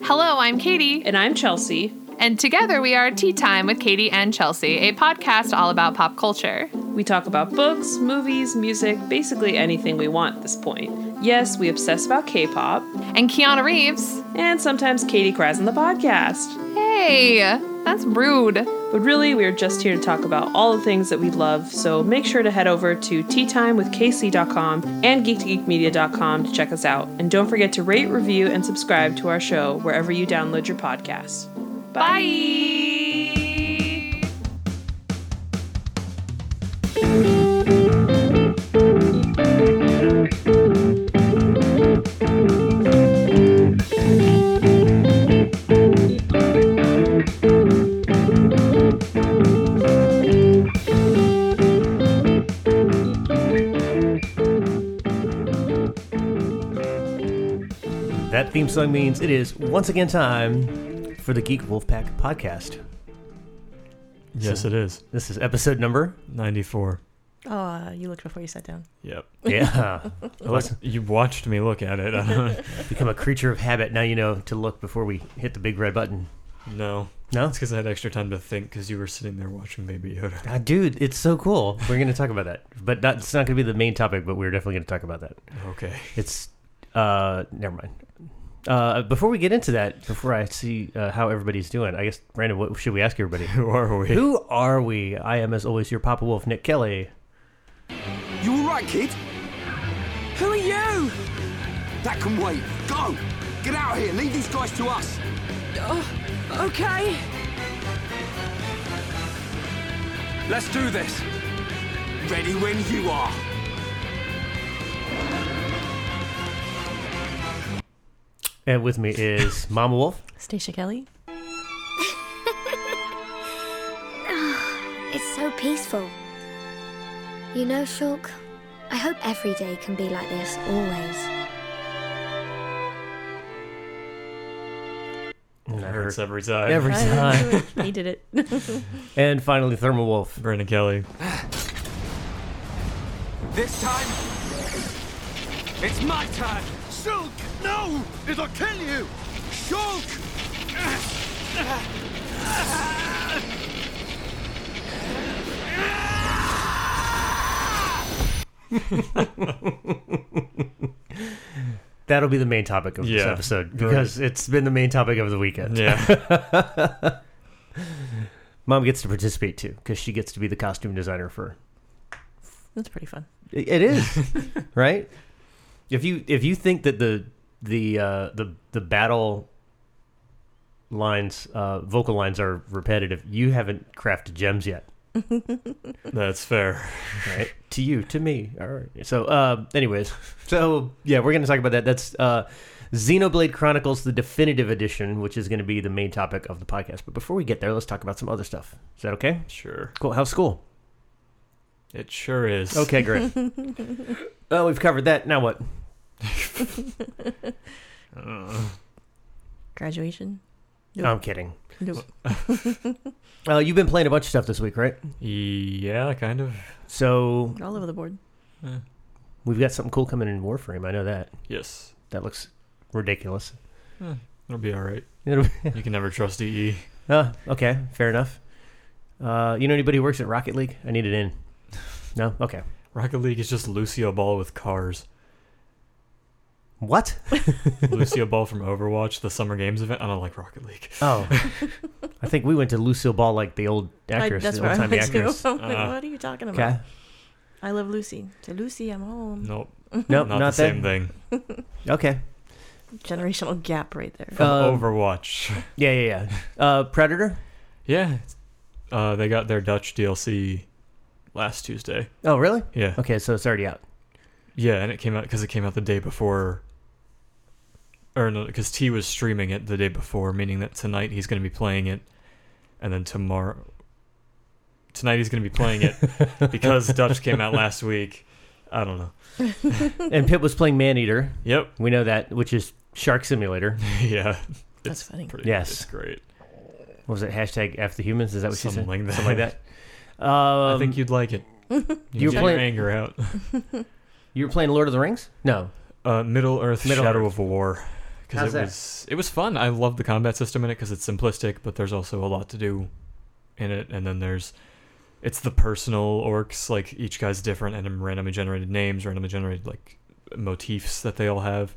Hello, I'm Katie, And I'm Chelsea. and together we are Tea Time with Katie and Chelsea, a podcast all about pop culture. We talk about books, movies, music, basically anything we want at this point. Yes, we obsess about K pop, And Keanu Reeves, and sometimes Katie cries on the podcast. hey, that's rude. But really, we're just here to talk about all the things that we love, so make sure to head over to teatimewithkc.com and geek2geekmedia.com to check us out. And don't forget to rate, review, and subscribe to our show wherever you download your podcasts. Bye. That theme song means it is once again time for the Geek Wolfpack podcast. Yes, it is. This is episode number. 94. Oh, uh, you looked before you sat down. Yep. Yeah. Let's You watched me look at it. I don't become a creature of habit. Now you know to look before we hit the big red button. no. No? It's because I had extra time to think because you were sitting there watching Baby Yoda. Ah, dude, it's so cool. We're going to talk about that. But not, it's not going to be the main topic, but we're definitely going to talk about that. Okay. It's, uh, never mind. Uh, before we get into that, before I see uh, how everybody's doing, I guess, Brandon, what should we ask everybody? Who are we? Who are we? I am, as always, your Papa Wolf, Nick Kelly. You all right, kid? Who are you? That can wait. Go! Get out of here. Leave these guys to us. Okay. Let's do this. Ready when you are. And with me is Mama Wolf. Stacia Kelly? It's so peaceful. You know, Shulk, I hope every day can be like this always. And I Hurts heard- every time. Every time. he did it. And finally, Thermal Wolf. Brandon Kelly. This time, it's my turn. Shulk! No! It'll kill you! Shulk! That'll be the main topic of this Yeah. episode Right. because it's been the main topic of the weekend. Yeah. Mom gets to participate too because she gets to be the costume designer for. That's pretty fun. It it is right. If you if you think that the the uh, the the battle lines uh, vocal lines are repetitive, you haven't crafted gems yet. That's fair. right? to you, to me. All right. So, uh, anyways, so yeah, we're going to talk about that. That's uh, Xenoblade Chronicles: The Definitive Edition, which is going to be the main topic of the podcast. But before we get there, let's talk about some other stuff. Is that okay? Sure. Cool. How's school? It sure is. Okay, great. well, we've covered that. Now what? Uh, Graduation? Nope. I'm kidding. Nope. Uh, you've been playing a bunch of stuff this week, right? yeah, kind of. So All over the board. we've got something cool coming in Warframe. I know that. Yes. That looks ridiculous. It'll be all right. It'll be- You can never trust E EE. Uh, okay, fair enough. Uh, you know anybody who works at Rocket League? I need it in. No? Okay. Rocket League is just Lucio Ball with cars. What? Lucio Ball from Overwatch, the Summer Games event. I don't like Rocket League. Oh. I think we went to Lucille Ball like the old actress, I, that's the where old I timey went to. actress. I'm like, Uh, what are you talking about? Okay. I love Lucy. Say, Lucy, I'm home. Nope. Nope, not, not, the that. same thing. Okay. Generational gap right there. Uh, From Overwatch. Yeah, yeah, yeah. Uh, Predator? Yeah. it's- Uh, they got their Dutch DLC last Tuesday. Oh, really? Yeah. Okay, so it's already out. Yeah, and it came out because it came out the day before. Or no, because T was streaming it the day before, meaning that tonight he's going to be playing it, and then tomorrow. Tonight he's going to be playing it because Dutch came out last week. I don't know. and Pitt was playing Maneater. Yep. We know that, which is Shark Simulator. Yeah. That's funny. Pretty, Yes. It's great. What was it? Hashtag F the humans? Is that what she Something said? like that. Something like that. Um, I think you'd like it. You You're get playing- your anger out. you were playing Lord of the Rings? No. Uh, Middle Earth Middle Shadow of War. How's because it that? was it was fun. I love the combat system in it because it's simplistic, but there's also a lot to do in it. And then there's it's the personal orcs, like each guy's different, and then randomly generated names, randomly generated like motifs that they all have,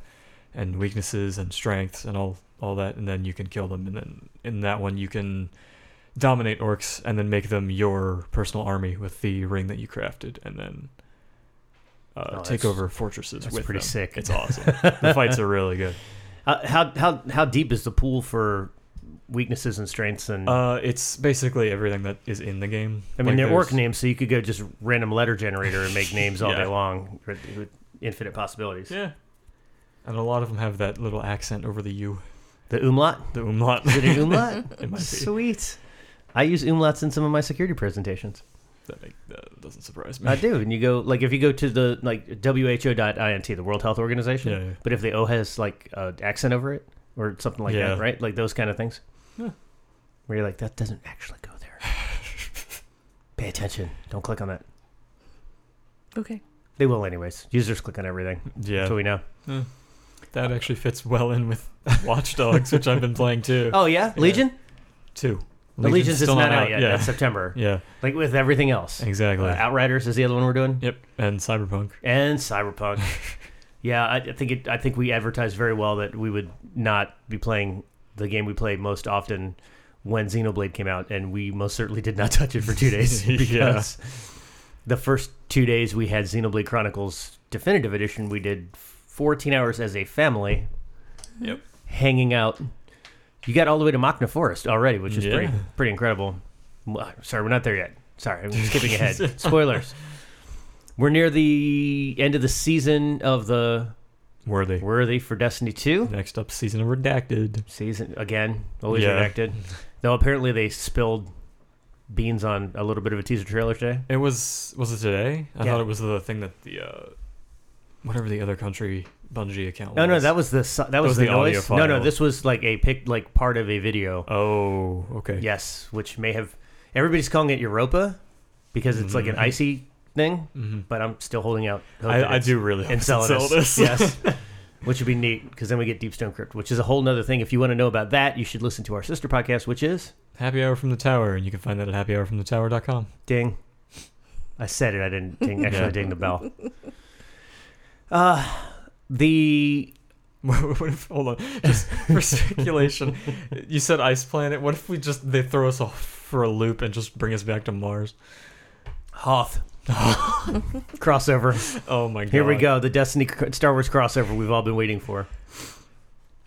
and weaknesses and strengths and all all that. And then you can kill them. And then in that one, you can dominate orcs and then make them your personal army with the ring that you crafted, and then. Uh, Oh, take that's- over fortresses that's with pretty them. sick. It's awesome. the fights are really good. How, Uh, how how how deep is the pool for weaknesses and strengths? And Uh, it's basically everything that is in the game. I mean, Like, they're orc there's- names, so you could go just random letter generator and make names all Yeah. day long with, with infinite possibilities. Yeah, and a lot of them have that little accent over the U, The umlaut. the umlaut. Is it an umlaut? it might be. Sweet. I use umlauts in some of my security presentations. That, make, that doesn't surprise me. I do. And you go like if you go to the like WHO.int, the World Health Organization. Yeah, yeah. But if the O has like uh, accent over it or something like Yeah. that, right? Like those kind of things. Yeah. Where you're like, that doesn't actually go there. Pay attention. Don't click on that. Okay. They will anyways. Users click on everything. Yeah, So we know. that actually fits well in with Watch Dogs, which I've been playing too. Oh yeah, Yeah. Legion. Two. The Legion's is still not out yet. Yeah, That's September. yeah, Like with everything else. exactly. Uh, Outriders is the other one we're doing. Yep, and Cyberpunk. and Cyberpunk. yeah, I, I think it, I think we advertised very well that we would not be playing the game we play most often when Xenoblade came out, and we most certainly did not touch it for two days Yeah. because the first two days we had Xenoblade Chronicles Definitive Edition. We did 14 hours as a family. Yep. Hanging out. You got all the way to Machna Forest already, which is Yeah. pretty pretty incredible. Well, Sorry, we're not there yet. Sorry, I'm skipping ahead. Spoilers. We're near the end of the season of the Worthy. Worthy for Destiny 2 Next up, season of Redacted. season again. Always Yeah. redacted. Though apparently they spilled beans on a little bit of a teaser trailer today. It was was it today? I Yeah. thought it was the thing that the uh, whatever the other country Bungie account. No, no, was. that was the si- that was, was the, the audio noise. No, no, file. this was like a pic, like part of a video. Oh, okay. Yes, which may have everybody's calling it Europa because it's like an icy thing, but I'm still holding out. hope that Mm-hmm. I, I it's do really hope Enceladus. Enceladus. yes. Which would be neat because then we get Deepstone Crypt, which is a whole nother thing. If you want to know about that, you should listen to our sister podcast, which is Happy Hour from the Tower, and you can find that at happyhourfromthetower.com. Ding. I said it. I didn't ding. Actually, I Yeah. dinged the bell. Uh, the What if, hold on, just for speculation, you said ice planet. What if we just they throw us off for a loop and just bring us back to Mars? Hoth crossover. Oh my god! Here we go. The Destiny Star Wars crossover we've all been waiting for.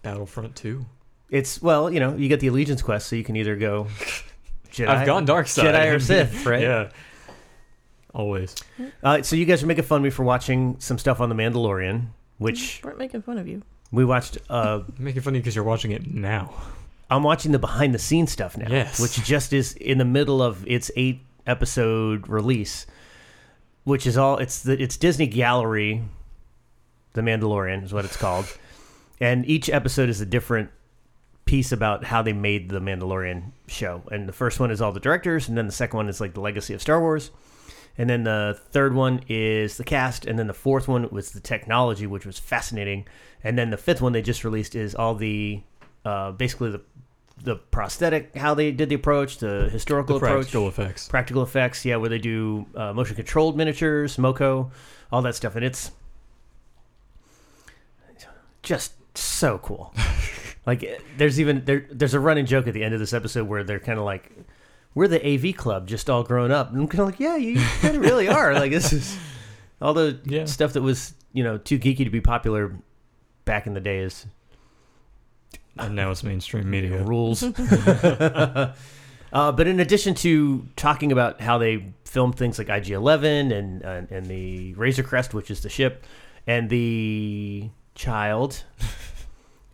Battlefront Two. It's well, you know, you get the Allegiance quest, so you can either go. Jedi, I've gone dark side. Jedi or Sith, right? Yeah. Always. Uh, so you guys are making fun of me for watching some stuff on The Mandalorian, which Weren't making fun of you. we watched. Uh, I'm making fun of you because you're watching it now. I'm watching the behind the scenes stuff now, Yes. which just is in the middle of its eight episode release, which is all it's the it's Disney Gallery, The Mandalorian is what it's called, and each episode is a different piece about how they made the Mandalorian show. And the first one is all the directors, and then the second one is like the legacy of Star Wars. And then the third one is the cast, and then the fourth one was the technology, which was fascinating. And then the fifth one they just released is all the, uh, basically the, the prosthetic, how they did the approach, the historical The approach, practical effects. practical effects, yeah, where they do uh, motion controlled miniatures, MoCo, all that stuff, and it's just so cool. like, eh, there's even there, there's a running joke at the end of this episode where they're kind of like, "We're the AV club, just all grown up," and I'm kind of like, "Yeah, you kind of really are." Like, this is all the Yeah. stuff that was you know too geeky to be popular back in the day is And now it's mainstream media. rules. uh, but in addition to talking about how they filmed things like IG Eleven and uh, and, and the Razor Crest, which is the ship, and the child,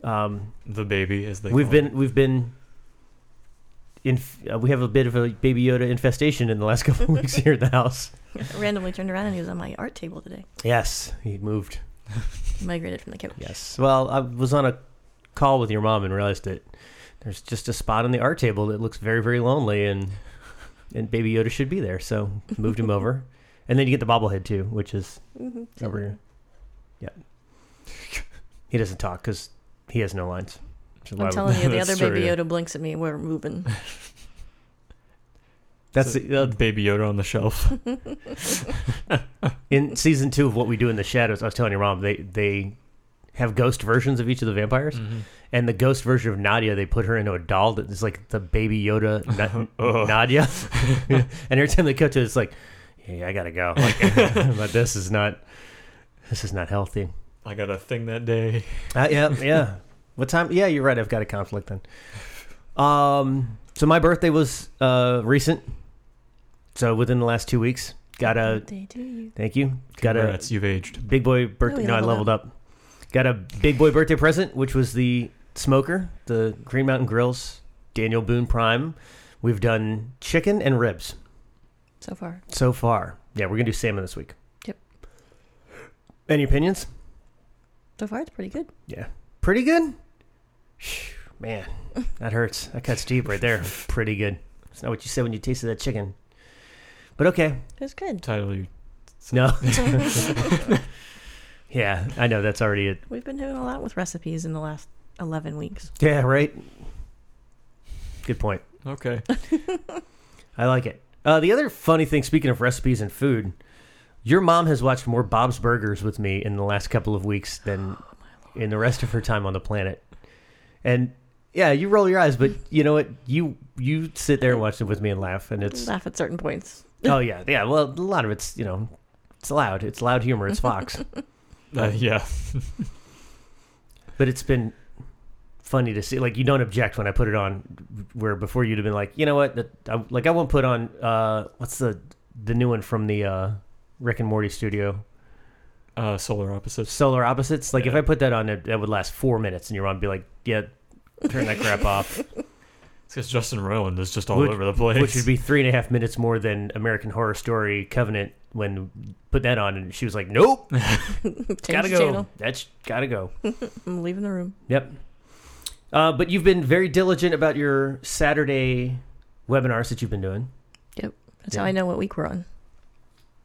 um, The baby, as they we've call been it. we've been. In, uh, we have a bit of a baby Yoda infestation in the last couple of weeks here at the house. I randomly turned around and he was on my art table today. Yes, he moved. He migrated from the couch. Yes. Well, I was on a call with your mom and realized that there's just a spot on the art table that looks very, very lonely, and and Baby Yoda should be there. So moved him over, and then you get the bobblehead too, which is over here. Yeah. He doesn't talk because He has no lines. which is why I'm we- telling you, the That's other true, Baby yeah. Yoda blinks at me. We're moving. that's the, uh, Baby Yoda on the shelf. in season two of What We Do in the Shadows. I was telling your mom they they have ghost versions of each of the vampires, and the ghost version of Nadia they put her into a doll that is like the baby Yoda Na- Ugh. Nadia, and every time they cut to it, it's like, yeah, I gotta go. Like, but this is not this is not healthy. I got a thing that day. Uh, yeah, yeah. What time? Yeah, you're right. I've got a conflict then. Um, so my birthday was uh recent, so within the last two weeks. Got a They do you. thank you. Got a Congrats, you've aged. big boy birthday. Oh, you no, I leveled leveled up. Got a big boy birthday present, which was the smoker, the Green Mountain Grills, Daniel Boone Prime. We've done chicken and ribs So far, so far. Yeah, we're gonna do salmon this week. Yep. Any opinions? so far it's pretty good. Yeah, pretty good. Phew, Man, that hurts. That cuts deep right there. Pretty good. It's not what you said when you tasted that chicken. But okay, It's good. Title you. no. yeah, I know that's already it. We've been doing a lot with recipes in the last eleven weeks. Yeah, right. Good point. Okay. I like it. Uh, the other funny thing, speaking of recipes and food, your mom has watched more Bob's Burgers with me in the last couple of weeks than in the rest of her time on the planet. And yeah, you roll your eyes, but you know what? You you sit there and watch it with me and laugh, and it's Laugh at certain points. oh yeah, yeah. Well, a lot of it's you know, it's loud, it's loud humor, it's Fox, Uh, yeah. but it's been funny to see. Like you don't object when I put it on, where before you'd have been like, you know what? That, I, like I won't put on uh, what's the the new one from the uh, Rick and Morty studio. Uh, solar opposites. solar opposites. Like if I put that on, it, that would last four minutes, and your mom would be like, "Yeah, turn that crap off," It's because Justin Roiland is just all Which- over the place. which would be three and a half minutes more than American Horror Story Covenant when put that on, and she was like, "Nope, Change gotta the go. channel. That's gotta go." I'm leaving the room. Yep. Uh, but you've been very diligent about your Saturday webinars that you've been doing Yep. That's Yeah. how I know what week we're on.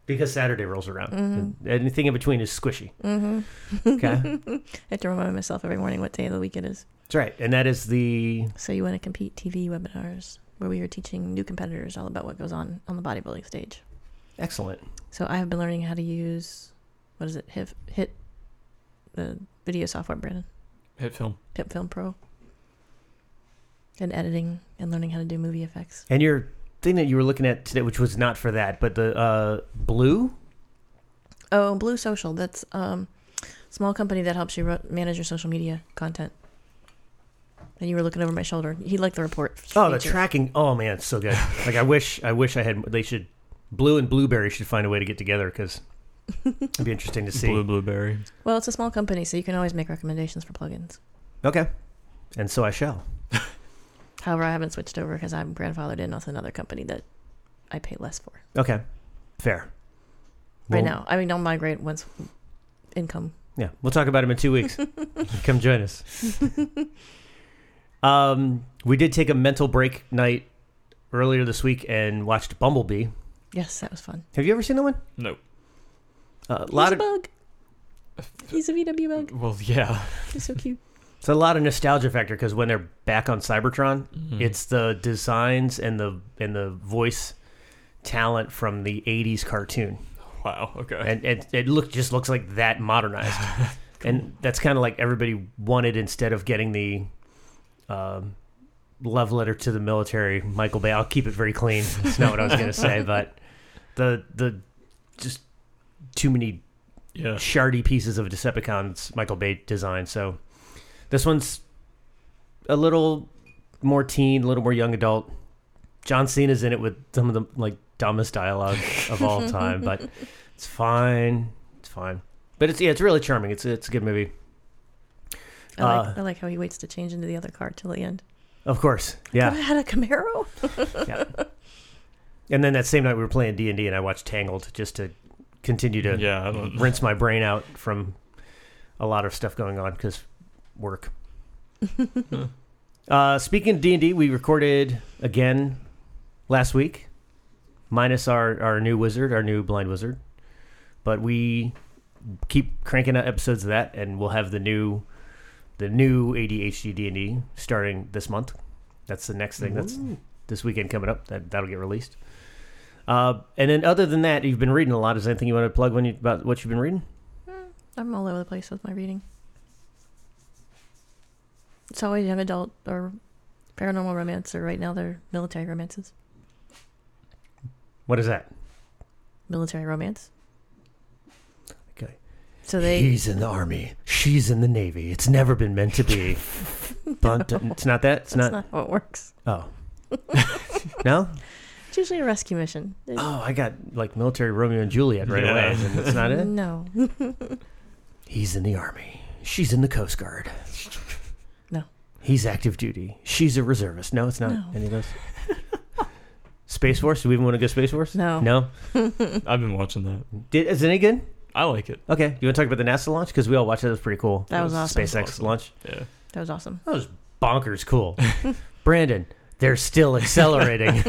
because Saturday rolls around. And Anything in between is squishy. Mm-hmm. okay, I have to remind myself every morning what day of the week it is. that's right, and that is the So you want to compete TV webinars where we are teaching new competitors all about what goes on on the bodybuilding stage. excellent. So I have been learning how to use what is it? Hit, hit the video software, Brandon. Hit film. Pip Film Pro. And editing and learning how to do movie effects. And your thing that you were looking at today, which was not for that, but the uh, blue. Oh, Blue Social. That's um, a small company that helps you ru- manage your social media content. And you were looking over my shoulder. He liked the report. f- Oh, the feature. tracking. Oh man, it's so good. like I wish, I wish I had. They should. Blue and blueberry should find a way to get together because it'd be interesting to see. Blue blueberry. Well, it's a small company, so you can always make recommendations for plugins. Okay, and so I shall. However, I haven't switched over because I'm grandfathered in with another company that I pay less for Okay, fair. We'll- right now. I mean, I'll migrate once income. Yeah, we'll talk about him in two weeks. Come join us. um, we did take a mental break night earlier this week and watched Bumblebee. Yes, that was fun. Have you ever seen that one? No. Uh, a He's lot a of bug. He's a VW bug. Well, yeah. He's so cute. It's a lot of nostalgia factor because when they're back on Cybertron, it's the designs and the and the voice talent from the '80s cartoon, Wow. Okay. and it it look just looks like that modernized, and that's kind of like everybody wanted instead of getting the um, love letter to the military. Michael Bay, I'll keep it very clean. It's not what I was gonna say, but the the just too many yeah. shardy pieces of Decepticons Michael Bay design. So this one's a little more teen, a little more young adult. John Cena's in it with some of the like dumbest dialogue of all time, but it's fine. It's fine. But it's yeah, it's really charming. It's it's a good movie. I, Uh, like, I like how he waits to change into the other car till the end. Of course. But Yeah. I had a Camaro. yeah. And then that same night we were playing D&D and I watched Tangled just to continue to Yeah. I don't. rinse my brain out from a lot of stuff going on because work. uh, speaking of D and D, we recorded again last week, minus our our new wizard, our new blind wizard, but we keep cranking out episodes of that, and we'll have the new the new ADHD D&D starting this month. That's the next thing that's this weekend coming up. That that'll get released. Uh, and then other than that, you've been reading a lot. Is there anything you want to plug when you, about what you've been reading? I'm all over the place with my reading. It's always young adult or paranormal romance, or right now they're military romances. What is that? Military romance. Okay. So they. He's in the army. She's in the navy. It's never been meant to be. But it's not that. It's not. that's not how it works. Oh. no? It's usually a rescue mission. There's- Oh, I got like military Romeo and Juliet right Yeah. away. And that's not it. No, He's in the army. She's in the Coast Guard. No. He's active duty. She's a reservist. No, it's not No. any of those. Space Force? Do we even want to go Space Force? No. No? I've been watching that. Did, is it any good? I like it. Okay. You want to talk about the NASA launch? Because we all watched it. It was pretty cool. That was awesome. SpaceX Awesome. launch. Yeah. that was awesome. That was bonkers cool. Brandon, they're still accelerating.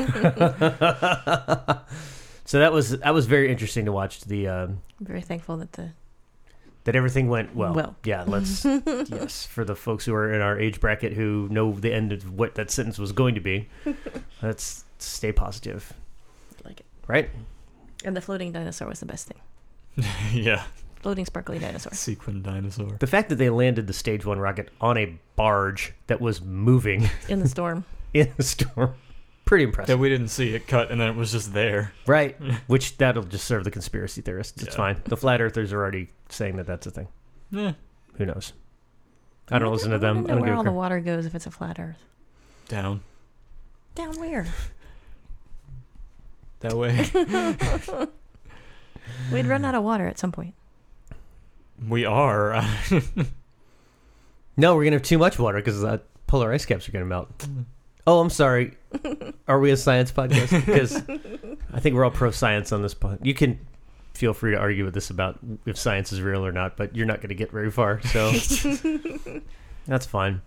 so that was that was very interesting to watch the um, I'm very thankful that the that everything went well. Well. Yeah, let's yes, for the folks who are in our age bracket who know the end of what that sentence was going to be. let's stay positive. like it. Right? and the floating dinosaur was the best thing. yeah. Floating sparkly dinosaur. Sequin dinosaur. The fact that they landed the stage 1 rocket on a barge that was moving In the storm. in the storm. Pretty impressive. That we didn't see it cut, and then it was just there. Right. Which that'll just serve the conspiracy theorists. It's Yeah. fine. The flat earthers are already saying that that's a thing. Yeah. Who knows? I don't listen to I them. I wonder don't where give a all the crap. water goes if it's a flat Earth. Down Down where? that way. We'd run out of water at some point. we are. No, we're gonna have too much water because uh, polar ice caps are gonna melt. Oh, I'm sorry. Are we a science podcast? Because I think we're all pro science on this point. You can feel free to argue with us about if science is real or not, but you're not gonna get very far. So that's fine.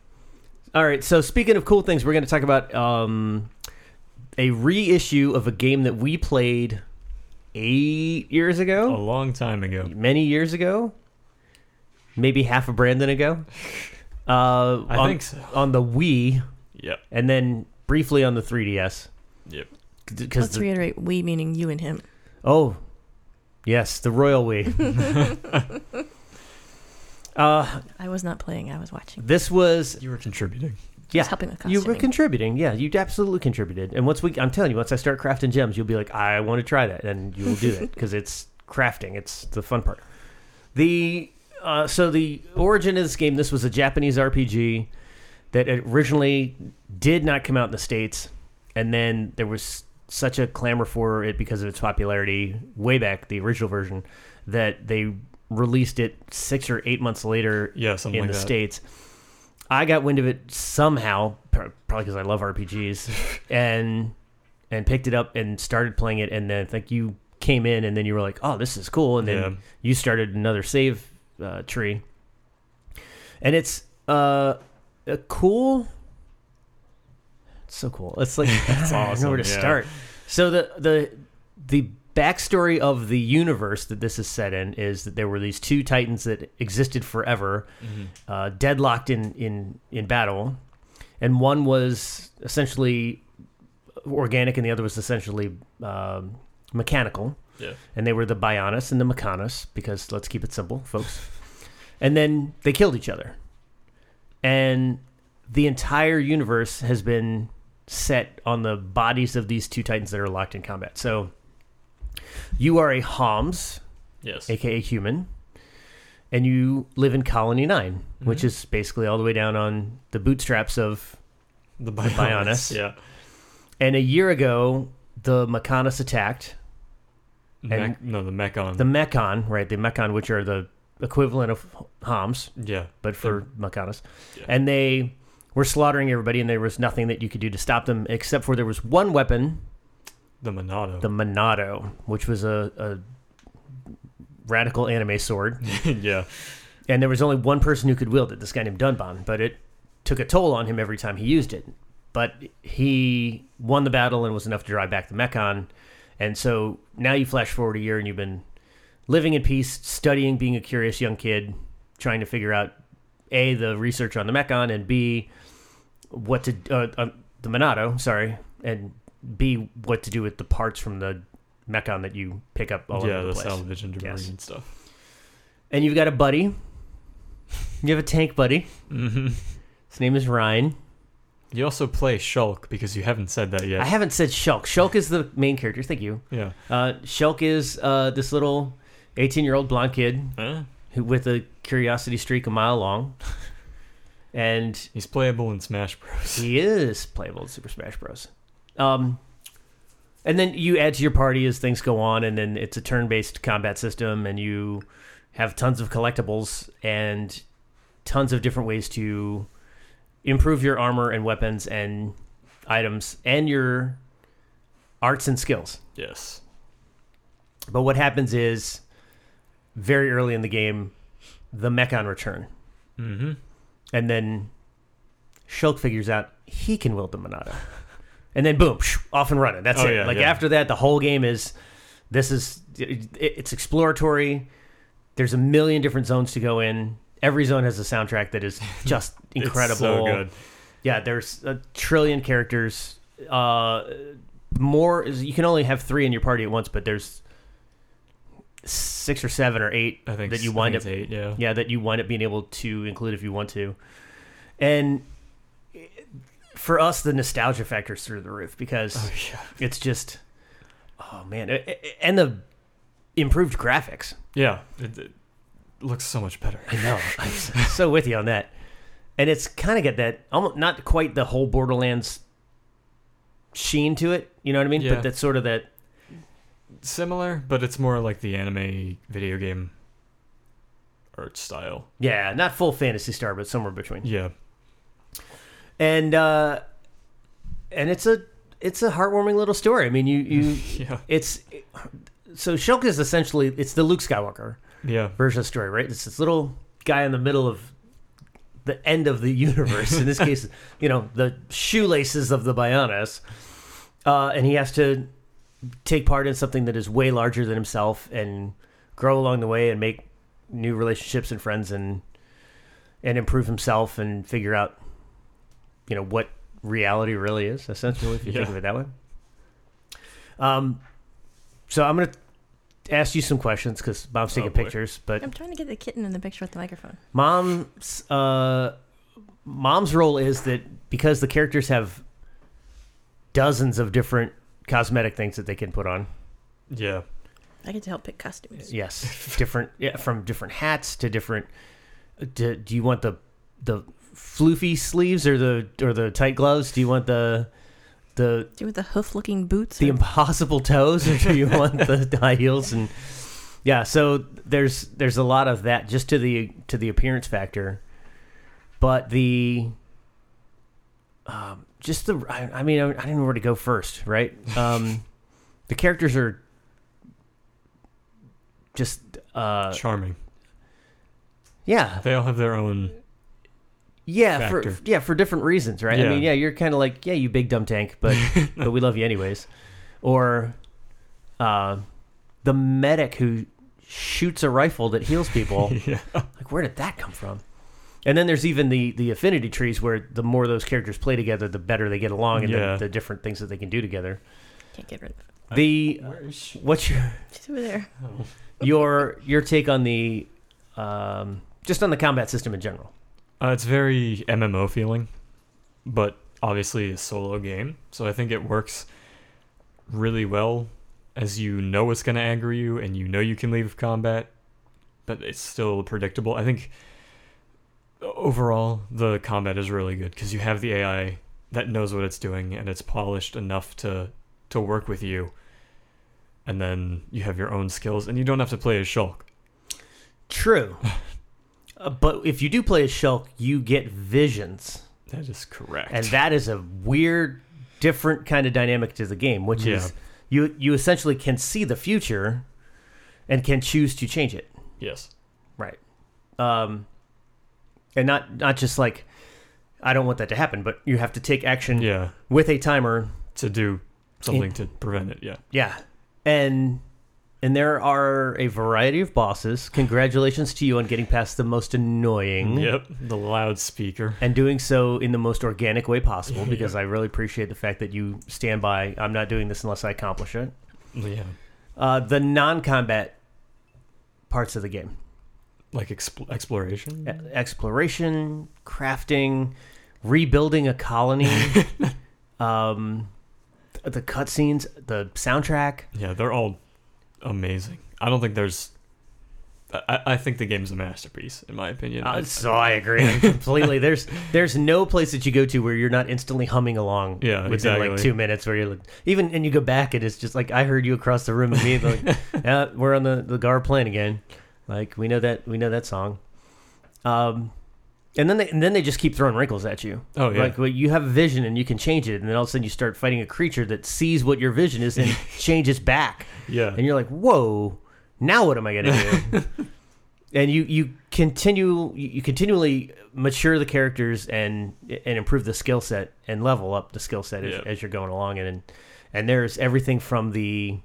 All right. So speaking of cool things, we're gonna talk about um, a reissue of a game that we played eight years a ago, long time ago. many years ago, maybe half a Brandon ago. Uh, I on- think so. on the Wii Yep. and then briefly on the 3DS. Yep. Because Let's reiterate we meaning you and him. oh, yes, the royal Wii. uh, I was not playing, I was watching. this was You were contributing. yeah. was helping with you were costuming. contributing. Yeah, you absolutely contributed. And once we, I'm telling you, once I start crafting gems, you'll be like, I want to try that, and you will do that because it's crafting. It's the fun part. The uh, so the origin of this game. This was a Japanese RPG that originally did not come out in the states, and then there was such a clamor for it because of its popularity way back the original version that they released it six or eight months later Yeah, something in like the that. states. I got wind of it somehow, pr- probably because I love RPGs, and and picked it up and started playing it. And then I think you came in, and then you were like, "Oh, this is cool," and then Yeah. you started another save uh, tree. And it's uh, a cool. It's so cool. It's like I don't know where to awesome, yeah. start. So the the the backstory of the universe that this is set in is that there were these two titans that existed forever, Mm-hmm. uh, deadlocked in in in battle, and one was essentially organic, and the other was essentially um, mechanical Yeah. and they were the Bionis and the Mechanus, because let's keep it simple, folks. And then they killed each other. And the entire universe has been set on the bodies of these two titans that are locked in combat. So you are a Homs, Yes. aka human, and you live in Colony 9, which is basically all the way down on the bootstraps of the Bionis. Yeah. and a year ago the Mechanus attacked Mech, no, the Mechon. the Mechon, right? The Mechon, which are the equivalent of Homs. yeah. but for Makanas. Yeah. And they were slaughtering everybody, and there was nothing that you could do to stop them, except for there was one weapon, The Monado. the Monado, which was a, a radical anime sword. yeah. and there was only one person who could wield it, this guy named Dunban, but it took a toll on him every time he used it. But he won the battle and was enough to drive back the Mechon. And so now you flash forward a year and you've been living in peace, studying, being a curious young kid, trying to figure out a the research on the Mechon and b what to uh, uh, the Monado, sorry, and b what to do with the parts from the Mechon that you pick up all yeah, over the the place. salvage and debris Yes. and stuff. And you've got a buddy. You have a tank buddy. hmm His name is Ryan. You also play Shulk because you haven't said that yet. I haven't said Shulk. Shulk is the main character. Thank you. Yeah. Uh, Shulk is uh, this little 18 year old blonde kid Eh, who, with a curiosity streak a mile long. And He's playable in Smash Bros. he is playable in Super Smash Bros. Um, and then you add to your party as things go on, and then it's a turn based combat system, and you have tons of collectibles and tons of different ways to improve your armor and weapons and items and your arts and skills. yes. But what happens is very early in the game, the Mechon return. Mm-hmm. And then Shulk figures out he can wield the Monado. And then boom, shoo, off and running. That's Oh, it. yeah, like yeah. after that, the whole game is this is it, it's exploratory. There's a million different zones to go in. Every zone has a soundtrack that is just incredible. It's so good. Yeah, there's a trillion characters. Uh, more is- you can only have three in your party at once, but there's six or seven or eight I think that s- you I wind think up it's eight, yeah. yeah that you wind up being able to include if you want to and for us the nostalgia factor is through the roof because Oh, yeah. it's just oh man A- a- and the improved graphics Yeah. It, it looks so much better. i know i'm s- so with you on that and it's kind of got that almost not quite the whole borderlands sheen to it you know what i mean Yeah. but that's sort of that Similar, but it's more like the anime video game art style. yeah not full fantasy star but somewhere between Yeah. and uh and it's a it's a heartwarming little story i mean you you Yeah. it's so Shulk is essentially it's the Luke Skywalker Yeah. version of the story, right? It's this little guy in the middle of the end of the universe. In this case, you know the shoelaces of the Bionis, uh, and he has to take part in something that is way larger than himself and grow along the way and make new relationships and friends and and improve himself and figure out you know what reality really is essentially if you think Yeah. of it that way um so i'm gonna ask you some questions because mom's taking Oh, boy. pictures but I'm trying to get the kitten in the picture with the microphone. mom's uh mom's role is that because the characters have dozens of different cosmetic things that they can put on Yeah. I get to help pick costumes. Yes, different. Yeah, from different hats to different. uh, Do, do you want the the floofy sleeves or the or the tight gloves? Do you want the the Do with the hoof-looking boots. the or- impossible toes or do you want the high heels and yeah? So there's there's a lot of that just to the to the appearance factor, but the um, just the I, I mean I, I didn't know where to go first, right? Um, the characters are just uh Charming. Yeah, They all have their own. yeah, for factor. yeah for different reasons, right? I Yeah. mean, yeah, you're kind of like, yeah, you big dumb tank, but but we love you anyways. Or, uh, the medic who shoots a rifle that heals people. Yeah. like, where did that come from? And then there's even the the affinity trees where the more those characters play together, the better they get along, and Yeah. the, the different things that they can do together. Can't get rid of it. The what's your She's over there. your your take on the um just on the combat system in general? Uh, it's very MMO feeling, but obviously a solo game, so I think it works really well as you know it's going to anger you and you know you can leave combat, but it's still predictable. I think overall the combat is really good because you have the AI that knows what it's doing and it's polished enough to to work with you. And then you have your own skills and you don't have to play as Shulk. True. Uh, but if you do play as Shulk, you get visions. That is correct. And that is a weird, different kind of dynamic to the game, which Yeah. is you you essentially can see the future and can choose to change it. yes. Right. Um and not not just like I don't want that to happen, but you have to take action Yeah. with a timer to do something to prevent it. Yeah. Yeah. And and there are a variety of bosses. Congratulations to you on getting past the most annoying. Yep, the loudspeaker. and doing so in the most organic way possible because I really appreciate the fact that you stand by. I'm not doing this unless I accomplish it. Yeah, Uh, the non-combat parts of the game: like exp- exploration. E- exploration, crafting, rebuilding a colony, um, th- the cutscenes, the soundtrack. Yeah, they're all amazing. I don't think there's. I- I, I think the game's a masterpiece, in my opinion. I- Uh, so I agree completely. There's there's no place that you go to where you're not instantly humming along. Yeah, within like exactly. two minutes, where you're like, even and you go back and it's just like I heard you across the room and me like, yeah, we're on the the Gar plane again. Like we know that we know that song. Um, and then they and then they just keep throwing wrinkles at you. Oh, yeah. Like well, you have a vision and you can change it, and then all of a sudden you start fighting a creature that sees what your vision is and changes back yeah, and you're like, "Whoa, now what am I gonna do?" and you you continue you you continually mature the characters and and improve the skill set and level up the skill set as, Yeah. as you're going along and and there's everything from the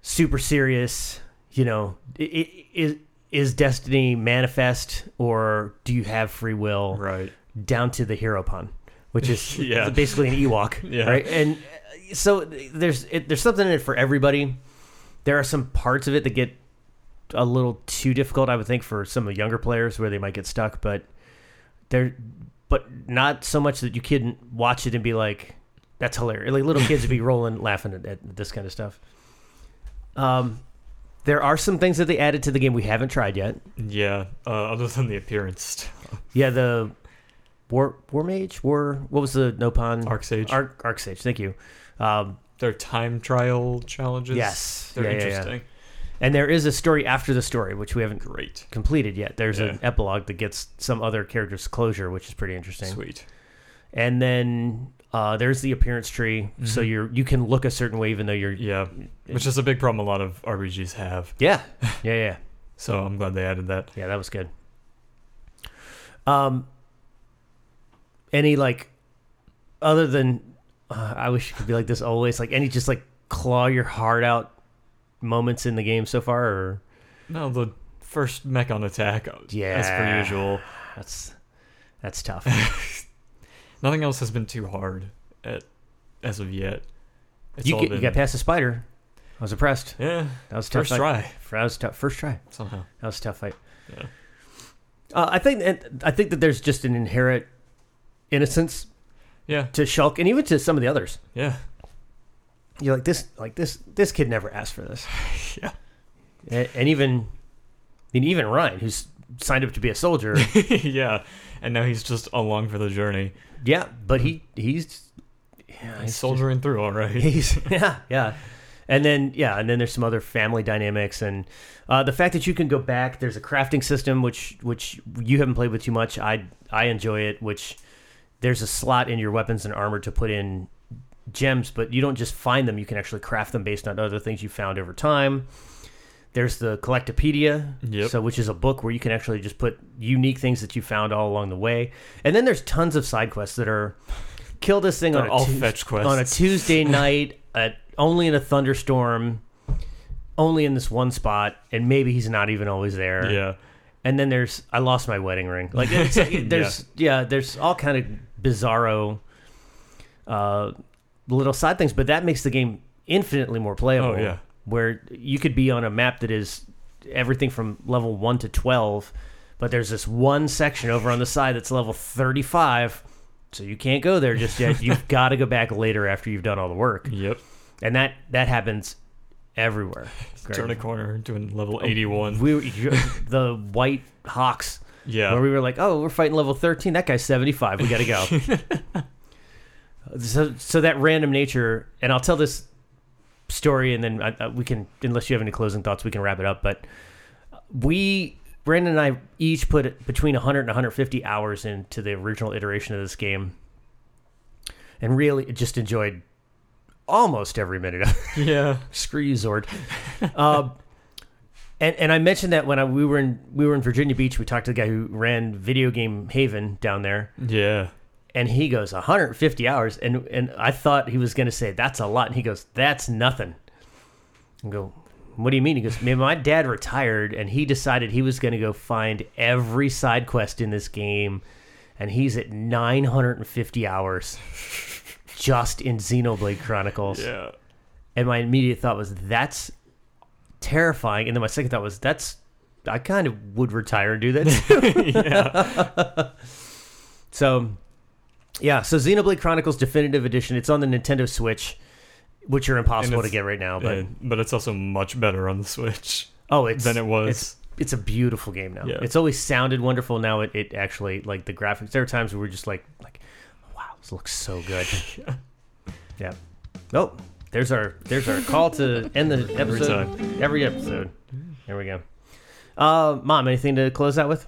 super serious, you know, i- i- is is destiny manifest or do you have free will? right. down to the hero pun, which is Yeah. basically an Ewok, Yeah. right? And uh, so there's it, there's something in it for everybody. There are some parts of it that get a little too difficult, I would think, for some of the younger players where they might get stuck, but there, but not so much that you can watch it and be like, "That's hilarious!" Like little kids would be rolling, laughing at, at this kind of stuff. Um, there are some things that they added to the game we haven't tried yet. Yeah, uh, other than the appearance, Yeah, the war war mage war. What was the no pun? Arc Sage. Arc Arc Sage. Thank you. Um, their time trial challenges. Yes. they're Yeah, yeah, yeah. interesting. and there is a story after the story, which we haven't Great, completed yet. There's an Yeah. epilogue that gets some other character's closure, which is pretty interesting. sweet. And then uh, there's the appearance tree, so you're you can look a certain way even though you're Yeah, which is a big problem a lot of RPGs have. yeah yeah yeah So I'm glad they added that. yeah that was good. Um, any like other than uh, I wish it could be like this always. Like any just like claw your heart out moments in the game so far, or No, the first mech on attack. uh, as per Yeah. usual. that's that's tough. Nothing else has been too hard at as of yet. It's you, all get, been, you got past the spider. I was impressed. yeah That was a tough. first fight. try That was tough. First try. somehow. That was a tough fight. Yeah. Uh, I think and I think that there's just an inherent innocence Yeah, to Shulk and even to some of the others. yeah, You're like this, like this, this kid never asked for this. Yeah. And, and even, I mean, even Ryan, who's signed up to be a soldier. yeah. And now he's just along for the journey. yeah, but he he's yeah, He's he's soldiering through, all right. He's yeah, yeah. And then yeah, and then there's some other family dynamics and uh, the fact that you can go back. There's a crafting system which which you haven't played with too much. I I enjoy it. Which there's a slot in your weapons and armor to put in gems, but you don't just find them. You can actually craft them based on other things you found over time. There's the collectopedia, Yep. so which is a book where you can actually just put unique things that you found all along the way. And then there's tons of side quests that are kill this thing on They're a all Tues- fetch quests. on a Tuesday night at only in a thunderstorm, only in this one spot, and maybe he's not even always there. Yeah. And then there's I lost my wedding ring. Like it's, there's yeah. there's all kind of bizarro uh little side things, but that makes the game infinitely more playable. Oh, yeah. Where you could be on a map that is everything from level 1 to 12, but there's this one section over on the side that's level 35, so you can't go there just yet. You've got to go back later after you've done all the work. Yep. And that that happens everywhere. Greg. Turn a corner doing level 81. Oh, we were, you- the White Hawks yeah. where we were like, oh, we're fighting level 13. That guy's 75. We got to go. so, so that random nature, and I'll tell this story, and then I, I, we can, unless you have any closing thoughts, we can wrap it up. But uh, we, Brandon and I, each put between 100 and 150 hours into the original iteration of this game, and really just enjoyed almost every minute of yeah. screw you Zord. um, and and I mentioned that when I, we were in we were in Virginia Beach, we talked to the guy who ran Video Game Haven down there, Yeah. and he goes 150 hours, and and I thought he was going to say that's a lot, and he goes that's nothing. I go, what do you mean? He goes, man, my dad retired and he decided he was going to go find every side quest in this game, and he's at 950 hours just in Xenoblade Chronicles. Yeah. And my immediate thought was, that's terrifying. And then my second thought was, that's, I kind of would retire and do that too. so, yeah. So, Xenoblade Chronicles Definitive Edition, it's on the Nintendo Switch, which are impossible to it's- get right now. But, But, but it's also much better on the Switch. oh, it's, than it was. It's, it's a beautiful game now. Yeah. It's always sounded wonderful. Now it, it actually, like, the graphics, there are times where we're just like, like, wow, this looks so good. yeah. Oh, there's our there's our call to end the episode. Every, time. episode. There we go. Uh, Mom, anything to close out with?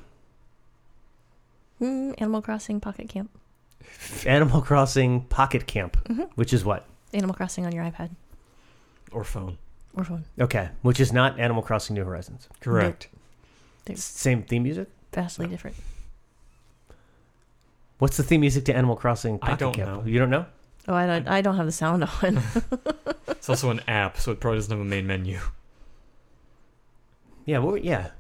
Mm, Animal Crossing Pocket Camp. Animal Crossing Pocket Camp, which is what? Animal Crossing on your iPad Or phone. or phone. Okay, which is not Animal Crossing New Horizons. Correct. They're Same theme music. vastly different. What's the theme music to Animal Crossing I Pocket don't Camp? know. You don't know? Oh, I don't. I don't have the sound on. It's also an app, so it probably doesn't have a main menu. Yeah, well, yeah.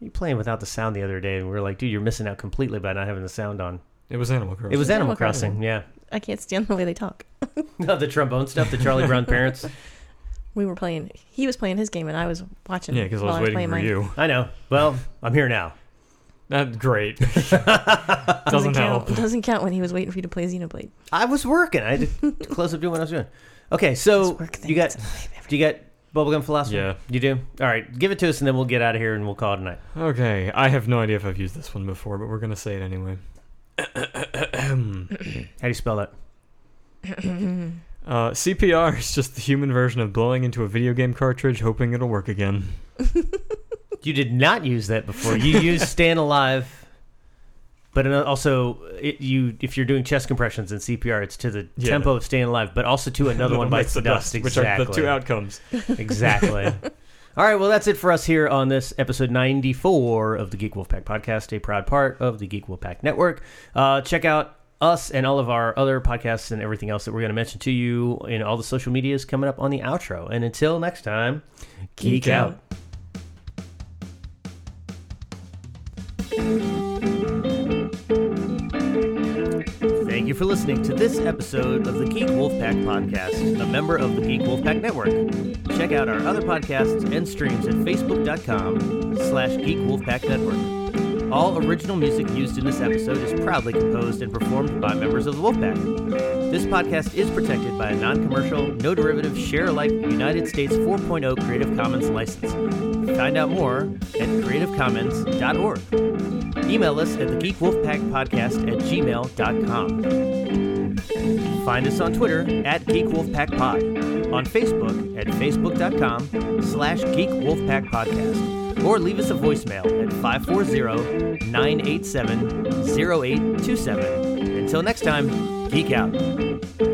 You playing without the sound the other day, and we were like, dude, you're missing out completely by not having the sound on. It was Animal Crossing. It was Animal Animal Crossing. Crossing, yeah. I can't stand the way they talk. No, the trombone stuff, the Charlie Brown parents. We were playing. He was playing his game, and I Oh, was watching. yeah, because I while was waiting playing for mine. you. I know. Well, I'm here now. Not great. Doesn't, Doesn't count. help. Doesn't count when he was waiting for you to play Xenoblade. I was working. I had to close up doing what I was doing. Okay, so This work thing you got gets in the way of everything. do you got bubblegum philosophy? Yeah. you do. All right, give it to us, and then we'll get out of here and we'll call it a night. Okay, I have no idea if I've used this one before, but we're gonna say it anyway. How do you spell that? Uh, CPR is just the human version of blowing into a video game cartridge, hoping it'll work again. You did not use that before. You used "Stand Alive," but in- also it, you if you're doing chest compressions and CPR, it's to the Yeah. tempo of "Stand Alive," but also to another one bites the dust. which exactly. are the two outcomes. Exactly. All right, well, that's it for us here on this episode 94 of the Geek Wolfpack podcast, a proud part of the Geek Wolfpack network. Uh, check out us and all of our other podcasts and everything else that we're going to mention to you in all the social medias coming up on the outro. And until next time, geek, Geek out. out. Thank you for listening to this episode of the Geek Wolfpack Podcast, a member of the Geek Wolfpack Network. Check out our other podcasts and streams at facebook.com slash Geek Wolfpack Network. All original music used in this episode is proudly composed and performed by members of the Wolfpack. This podcast is protected by a non-commercial, no derivative, share-alike United States 4.0 Creative Commons license. Find out more at creativecommons.org. Email us at the Geek Wolfpack Podcast at gmail.com. Find us on Twitter at Geek Wolfpack Pod, on Facebook at facebook.com slash Geek Wolfpack Podcast, or leave us a voicemail at 540 987 0827. Until next time, geek out.